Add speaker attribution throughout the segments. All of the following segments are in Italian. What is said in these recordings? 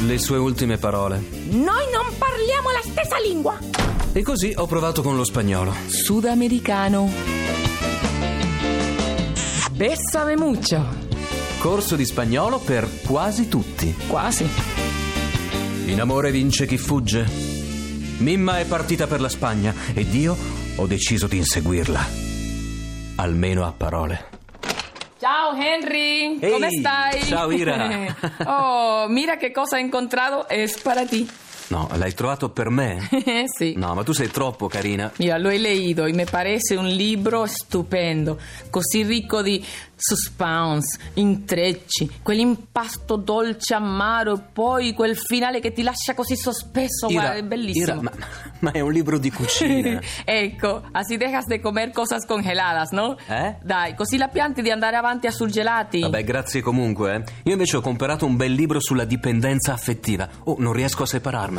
Speaker 1: Le sue ultime parole.
Speaker 2: Noi non parliamo la stessa lingua.
Speaker 1: E così ho provato con lo spagnolo.
Speaker 2: Sudamericano. Bessame mucho.
Speaker 1: Corso di spagnolo per quasi tutti.
Speaker 2: Quasi.
Speaker 1: In amore vince chi fugge. Mimma è partita per la Spagna ed io ho deciso di inseguirla. Almeno a parole.
Speaker 3: Ciao Henry,
Speaker 1: Ehi,
Speaker 3: come stai?
Speaker 1: ciao, Ira.
Speaker 3: oh, mira che cosa ho incontrato, è para ti.
Speaker 1: No, l'hai trovato per me?
Speaker 3: Eh, sì.
Speaker 1: No, ma tu sei troppo carina.
Speaker 3: Mira, lo he leído y me parece un libro stupendo, così ricco di suspense, intrecci, quell'impasto dolce amaro e poi quel finale che ti lascia così sospeso, guarda, è bellissimo.
Speaker 1: Ira, ma, ma è un libro di cucina.
Speaker 3: Ecco, así dejas de comer cosas congeladas, ¿no?
Speaker 1: Eh?
Speaker 3: Dai, così la pianti di andare avanti a surgelati.
Speaker 1: Vabbè, grazie comunque. eh. Io invece ho comprato un bel libro sulla dipendenza affettiva. Oh, non riesco a separarmene.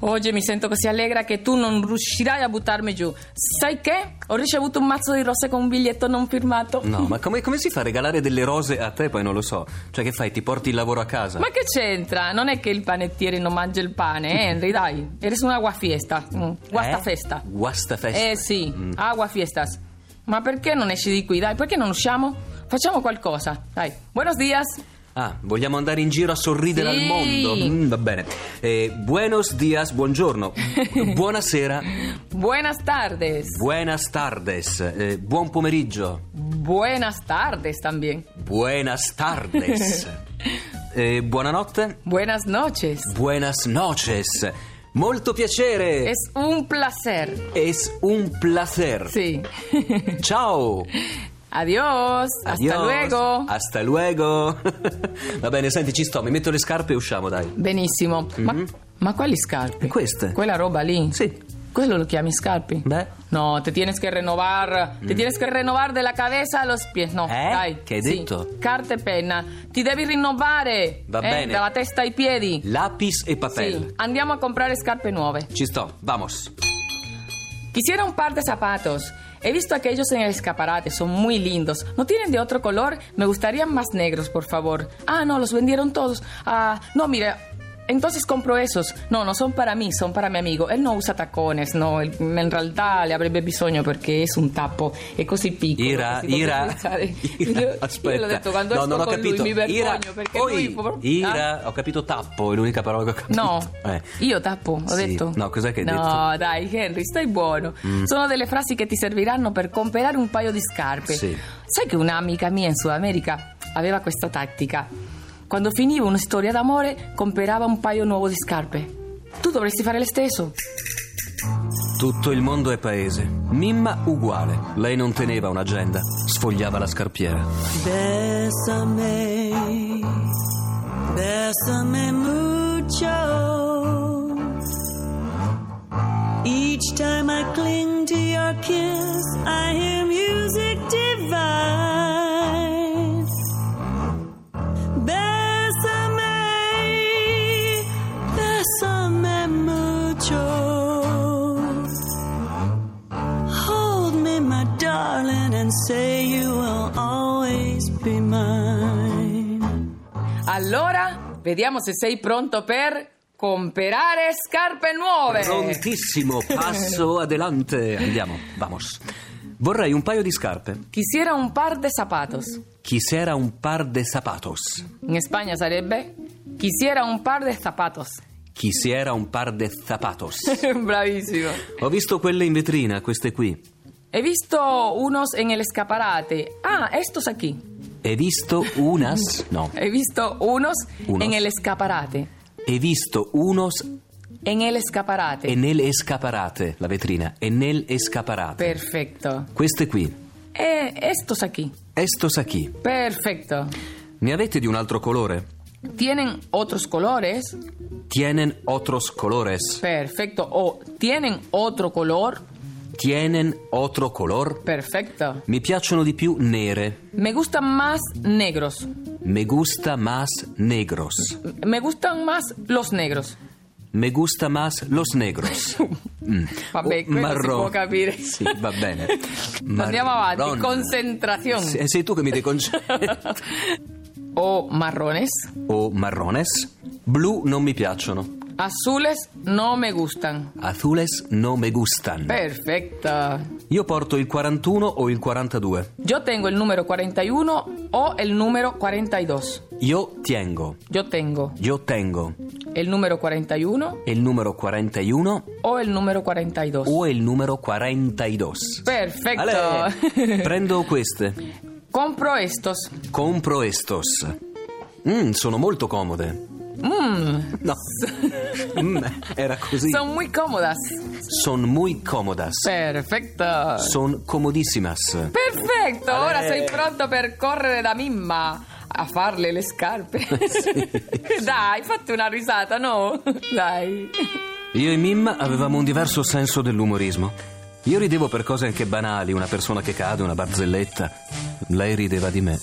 Speaker 3: Oggi mi sento così allegra che tu non riuscirai a buttarmi giù. Sai che? Ho ricevuto un mazzo di rose con un biglietto non firmato.
Speaker 1: No, ma come, come si fa a regalare delle rose a te? Poi non lo so. Cioè, che fai? Ti porti il lavoro a casa?
Speaker 3: Ma che c'entra? Non è che il panettiere non mangia il pane, eh, Henry, dai. Eres una guafiesta. Mm. Guastafesta.
Speaker 1: Eh? Mm. Guastafesta.
Speaker 3: Eh sì, aguafiestas. Ma perché non esci di qui, dai? Perché non usciamo? Facciamo qualcosa, dai. Buenos días.
Speaker 1: Ah, vogliamo andare in giro a sorridere
Speaker 3: Sì.
Speaker 1: al mondo? Mm, va bene. Eh, buenos dias, buongiorno. Buonasera.
Speaker 3: Buenas tardes.
Speaker 1: Buenas tardes. Eh, buon pomeriggio.
Speaker 3: Buenas tardes también.
Speaker 1: Buenas tardes. Eh, buonanotte.
Speaker 3: Buenas noches.
Speaker 1: Buenas noches. Molto piacere.
Speaker 3: Es un placer.
Speaker 1: Es un placer.
Speaker 3: Sí.
Speaker 1: Ciao.
Speaker 3: Adiós. Hasta
Speaker 1: Adios.
Speaker 3: luego.
Speaker 1: Hasta luego. Va bene, senti, ci sto, mi metto le scarpe e usciamo, dai.
Speaker 3: Benissimo. Ma, ma quali
Speaker 1: Mhm. E
Speaker 3: scarpe?
Speaker 1: queste?
Speaker 3: Quella roba lì?
Speaker 1: Sì.
Speaker 3: Quello lo chiami scarpe?
Speaker 1: Beh. Mm.
Speaker 3: No, te tienes que renovar. Te tienes que renovar de la cabeza a los pies. No,
Speaker 1: Eh?
Speaker 3: dai.
Speaker 1: Che hai
Speaker 3: sì.
Speaker 1: detto?
Speaker 3: Carta e penna. Ti devi rinnovare.
Speaker 1: Va
Speaker 3: eh,
Speaker 1: bene.
Speaker 3: Dalla testa ai piedi.
Speaker 1: Lapis e papel.
Speaker 3: Sì. Andiamo a comprare scarpe nuove.
Speaker 1: Ci sto, vamos.
Speaker 3: Quisiera un par de zapatos. He visto aquellos en el escaparate, son muy lindos. ¿No tienen de otro color? Me gustarían más negros, por favor. Ah, no, los vendieron todos. Ah, no, mira, entonces compro esos. No, no son para mí, son para mi amigo. Él no usa tacones, no, él- en realidad le avrebbe bisogno perché es un tappo, è così piccolo.
Speaker 1: Ira,
Speaker 3: che si potrebbe
Speaker 1: Ira,
Speaker 3: usare.
Speaker 1: Ira,
Speaker 3: Io- io l'ho
Speaker 1: aspetta.
Speaker 3: detto, quando
Speaker 1: no,
Speaker 3: esco
Speaker 1: non ho
Speaker 3: con
Speaker 1: capito.
Speaker 3: lui mi vergogno
Speaker 1: Ira,
Speaker 3: perché
Speaker 1: oi,
Speaker 3: lui... proprio- Ah.
Speaker 1: Ira, ho capito tappo, è l'unica parola che ho capito.
Speaker 3: No,
Speaker 1: Eh.
Speaker 3: io tappo, ho
Speaker 1: Sì.
Speaker 3: detto.
Speaker 1: No, cos'è che hai
Speaker 3: no,
Speaker 1: detto?
Speaker 3: dai, Henry, stai buono.
Speaker 1: Mm.
Speaker 3: Sono delle frasi che ti serviranno per comprare un paio di scarpe.
Speaker 1: Sì.
Speaker 3: Sai che un'amica mia in Sud America aveva questa tattica. Quando finiva una storia d'amore, comprava un paio nuovo di scarpe. Tu dovresti fare lo stesso.
Speaker 1: Tutto il mondo è paese. Mimma uguale. Lei non teneva un'agenda, sfogliava la scarpiera.
Speaker 4: Bésame, bésame mucho. Each time I cling to your kiss, I hear music divine. Bésame, bésame mucho. Hold me, my darling, and say you will always be mine.
Speaker 3: Allora, vediamo se sei pronto per comprare scarpe nuove.
Speaker 1: Prontissimo, passo adelante. Andiamo, vamos. Vorrei un paio di scarpe.
Speaker 3: Quisiera un par de zapatos.
Speaker 1: Quisiera un par de zapatos.
Speaker 3: In Spagna sarebbe Quisiera un par de zapatos.
Speaker 1: Quisiera un par de zapatos.
Speaker 3: Bravissimo.
Speaker 1: Ho visto quelle in vetrina, queste qui.
Speaker 3: He visto unos en el escaparate. Ah, estos aquí.
Speaker 1: He visto unas. No.
Speaker 3: He visto unos,
Speaker 1: Unos.
Speaker 3: en el escaparate.
Speaker 1: He visto unos
Speaker 3: En el escaparate.
Speaker 1: e nel escaparate. La vetrina. E nel escaparate.
Speaker 3: Perfecto.
Speaker 1: Queste qui.
Speaker 3: Eh, estos aquí.
Speaker 1: Estos aquí.
Speaker 3: Perfecto.
Speaker 1: Ne avete di un altro colore?
Speaker 3: tienen otros colores,
Speaker 1: Tienen otros colores.
Speaker 3: perfecto. O tienen otro color,
Speaker 1: Tienen otro color.
Speaker 3: perfecto.
Speaker 1: Mi piacciono di più nere.
Speaker 3: Me gustan más negros.
Speaker 1: Me gusta más negros.
Speaker 3: Me gustan más los negros.
Speaker 1: Me gusta más los negros. Mm.
Speaker 3: Vabbè,
Speaker 1: Oh,
Speaker 3: quello si può capire.
Speaker 1: Sì, va bene.
Speaker 3: Andiamo avanti,
Speaker 1: Marron.
Speaker 3: concentrazione.
Speaker 1: Sì, sei tu che mi deconcentri.
Speaker 3: O marrones.
Speaker 1: o marrones. Blu non mi piacciono.
Speaker 3: Azules no me gustan.
Speaker 1: Azules no me gustan.
Speaker 3: Perfecto.
Speaker 1: Io porto il 41 o il 42.
Speaker 3: Yo tengo el número 41 o el número 42.
Speaker 1: Io tengo.
Speaker 3: Yo tengo
Speaker 1: Io tengo
Speaker 3: el número 41
Speaker 1: il numero 41
Speaker 3: o el número 42.
Speaker 1: o il numero 42.
Speaker 3: Perfecto.
Speaker 1: Ale, prendo queste.
Speaker 3: Compro estos.
Speaker 1: Compro estos. Mm, sono molto comode. No. Mm, era così.
Speaker 3: Son muy cómodas.
Speaker 1: Son muy cómodas.
Speaker 3: Perfecto.
Speaker 1: Son comodíssimas.
Speaker 3: Perfetto, ora sei pronto per correre da Mimma a farle le scarpe. Dai, fatti una risata, no? Dai.
Speaker 1: Io e Mim avevamo un diverso senso dell'umorismo. Io ridevo per cose anche banali, una persona che cade, una barzelletta. Lei rideva di me.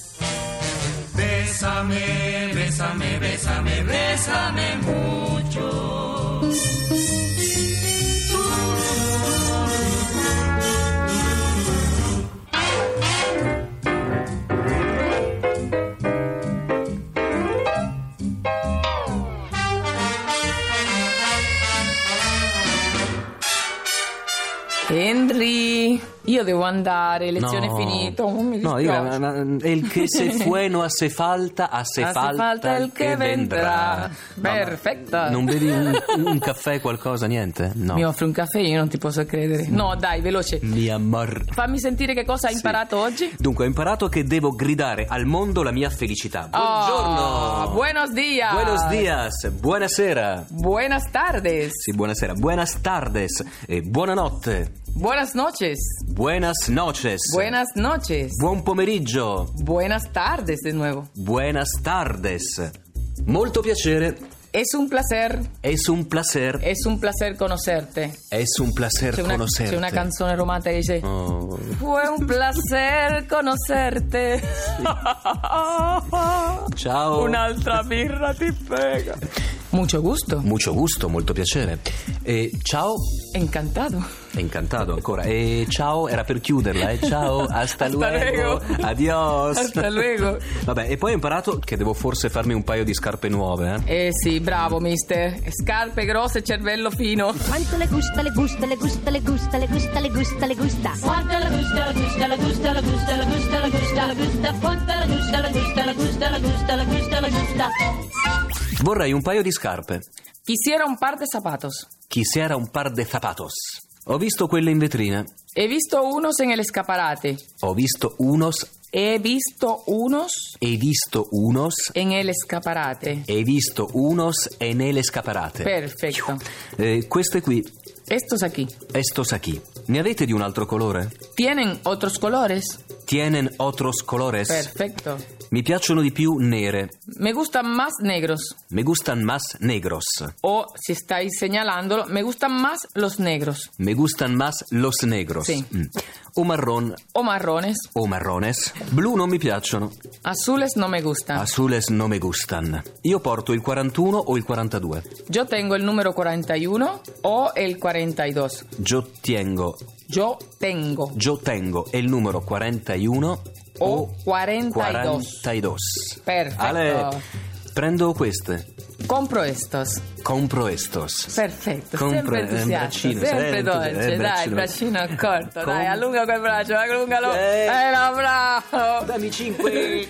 Speaker 3: Henry, io devo andare, lezione
Speaker 1: No.
Speaker 3: finita. Oh, mi
Speaker 1: no, io,
Speaker 3: dispiace.
Speaker 1: ma- ma- el que se fue no hace falta, hace,
Speaker 3: Hace
Speaker 1: falta,
Speaker 3: falta
Speaker 1: el que vendrà. Mamma,
Speaker 3: Perfetta.
Speaker 1: Non bevi un, un caffè, qualcosa, niente? No.
Speaker 3: Mi offri un caffè, io non ti posso credere. No, dai, veloce.
Speaker 1: Mi amor.
Speaker 3: Fammi sentire che cosa hai imparato oggi.
Speaker 1: Dunque, ho imparato che devo gridare al mondo la mia felicità. Buongiorno.
Speaker 3: Oh, buenos días.
Speaker 1: Buenos días. Buonasera.
Speaker 3: Buenas tardes.
Speaker 1: Sì, buonasera. Buenas tardes e buonanotte.
Speaker 3: Buenas noches.
Speaker 1: Buenas noches.
Speaker 3: Buenas noches.
Speaker 1: Buon pomeriggio.
Speaker 3: Buenas tardes de nuevo.
Speaker 1: Buenas tardes. Molto piacere.
Speaker 3: Es un placer,
Speaker 1: Es un placer.
Speaker 3: es un placer conocerte.
Speaker 1: Es un placer
Speaker 3: C'è una,
Speaker 1: conoscerte.
Speaker 3: c'è una canzone romantica che dice
Speaker 1: Oh.
Speaker 3: Fue un placer conocerte.
Speaker 1: Ciao.
Speaker 3: Un'altra birra ti pega. Mucho gusto.
Speaker 1: Mucho gusto, molto piacere. E ciao.
Speaker 3: Encantado.
Speaker 1: Incantato ancora. E ciao, era per chiuderla. Eh. Ciao, hasta luego.
Speaker 3: luego.
Speaker 1: Adios.
Speaker 3: Hasta luego.
Speaker 1: Vabbè, e poi ho imparato che devo forse farmi un paio di scarpe nuove. Eh.
Speaker 3: Eh sì, bravo mister. Scarpe grosse, cervello fino.
Speaker 5: Quanto le gusta, le gusta, le gusta, le gusta, le gusta, le gusta, le gusta.
Speaker 6: Quanto la gusta, la gusta, la gusta, la gusta, la gusta, la gusta, la gusta, quanto la gusta, la gusta, la gusta, la gusta, la gusta, la gusta.
Speaker 1: Vorrei un paio di scarpe.
Speaker 3: Quisiera un par de zapatos.
Speaker 1: Chi si era un par de zapatos. Ho visto quelle in vetrina.
Speaker 3: He visto unos en el escaparate.
Speaker 1: Ho visto unos,
Speaker 3: He visto unos
Speaker 1: he visto unos,
Speaker 3: en el escaparate.
Speaker 1: he visto unos e nelle scaparate.
Speaker 3: Perfecto.
Speaker 1: Eh, queste qui,
Speaker 3: Estos aquí.
Speaker 1: estos aquí. Ne avete di un altro colore?
Speaker 3: Tienen otros colores.
Speaker 1: Tienen otros colores.
Speaker 3: Perfecto.
Speaker 1: Mi piacciono di più nere.
Speaker 3: Me gustan más negros.
Speaker 1: Me gustan más negros.
Speaker 3: O si estáis señalándolo, me gustan más los negros
Speaker 1: Me gustan más los negros.
Speaker 3: Sì.
Speaker 1: Mm. O marrón
Speaker 3: o marrones.
Speaker 1: o marrones. Blu non mi piacciono.
Speaker 3: Azules no me gustan.
Speaker 1: Azules non mi gustan. Io porto il 41 o il 42.
Speaker 3: Yo tengo el número 41 o el 42.
Speaker 1: Yo tengo,
Speaker 3: Yo tengo
Speaker 1: yo tengo il numero 41 Oh,
Speaker 3: o 42.
Speaker 1: 42.
Speaker 3: Perfetto.
Speaker 1: Ale, prendo queste.
Speaker 3: Compro estos.
Speaker 1: Compro estos.
Speaker 3: Perfetto,
Speaker 1: Compre-
Speaker 3: sempre
Speaker 1: eh,
Speaker 3: entusiasta,
Speaker 1: braccino,
Speaker 3: sempre
Speaker 1: sempre
Speaker 3: dolce,
Speaker 1: entusi- eh,
Speaker 3: dai, il
Speaker 1: braccino.
Speaker 3: braccino accorto, dai,
Speaker 1: Com-
Speaker 3: allunga quel braccio, allungalo,
Speaker 1: Eh.
Speaker 3: era bravo.
Speaker 1: Dammi 5.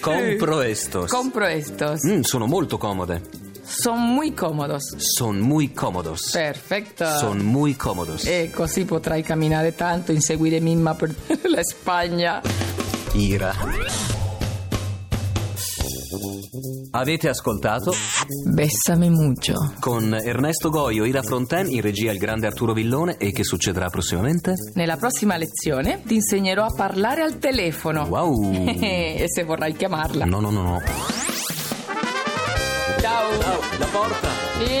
Speaker 1: Compro estos.
Speaker 3: Compro estos,
Speaker 1: Mm, sono molto comode.
Speaker 3: son muy cómodos,
Speaker 1: Son muy comodos.
Speaker 3: perfetto.
Speaker 1: Son muy comodos.
Speaker 3: E così Ecco, potrai camminare tanto, inseguire Mimma per la Spagna.
Speaker 1: Ira. Avete ascoltato
Speaker 3: Bessame mucho.
Speaker 1: con Ernesto Goio, Ira Fronten, in regia il grande Arturo Villone e che succederà prossimamente?
Speaker 3: Nella prossima lezione ti insegnerò a parlare al telefono.
Speaker 1: Wow.
Speaker 3: e se vorrai chiamarla.
Speaker 1: No, no, no, no.
Speaker 3: Ciao.
Speaker 1: la porta.
Speaker 3: Sì.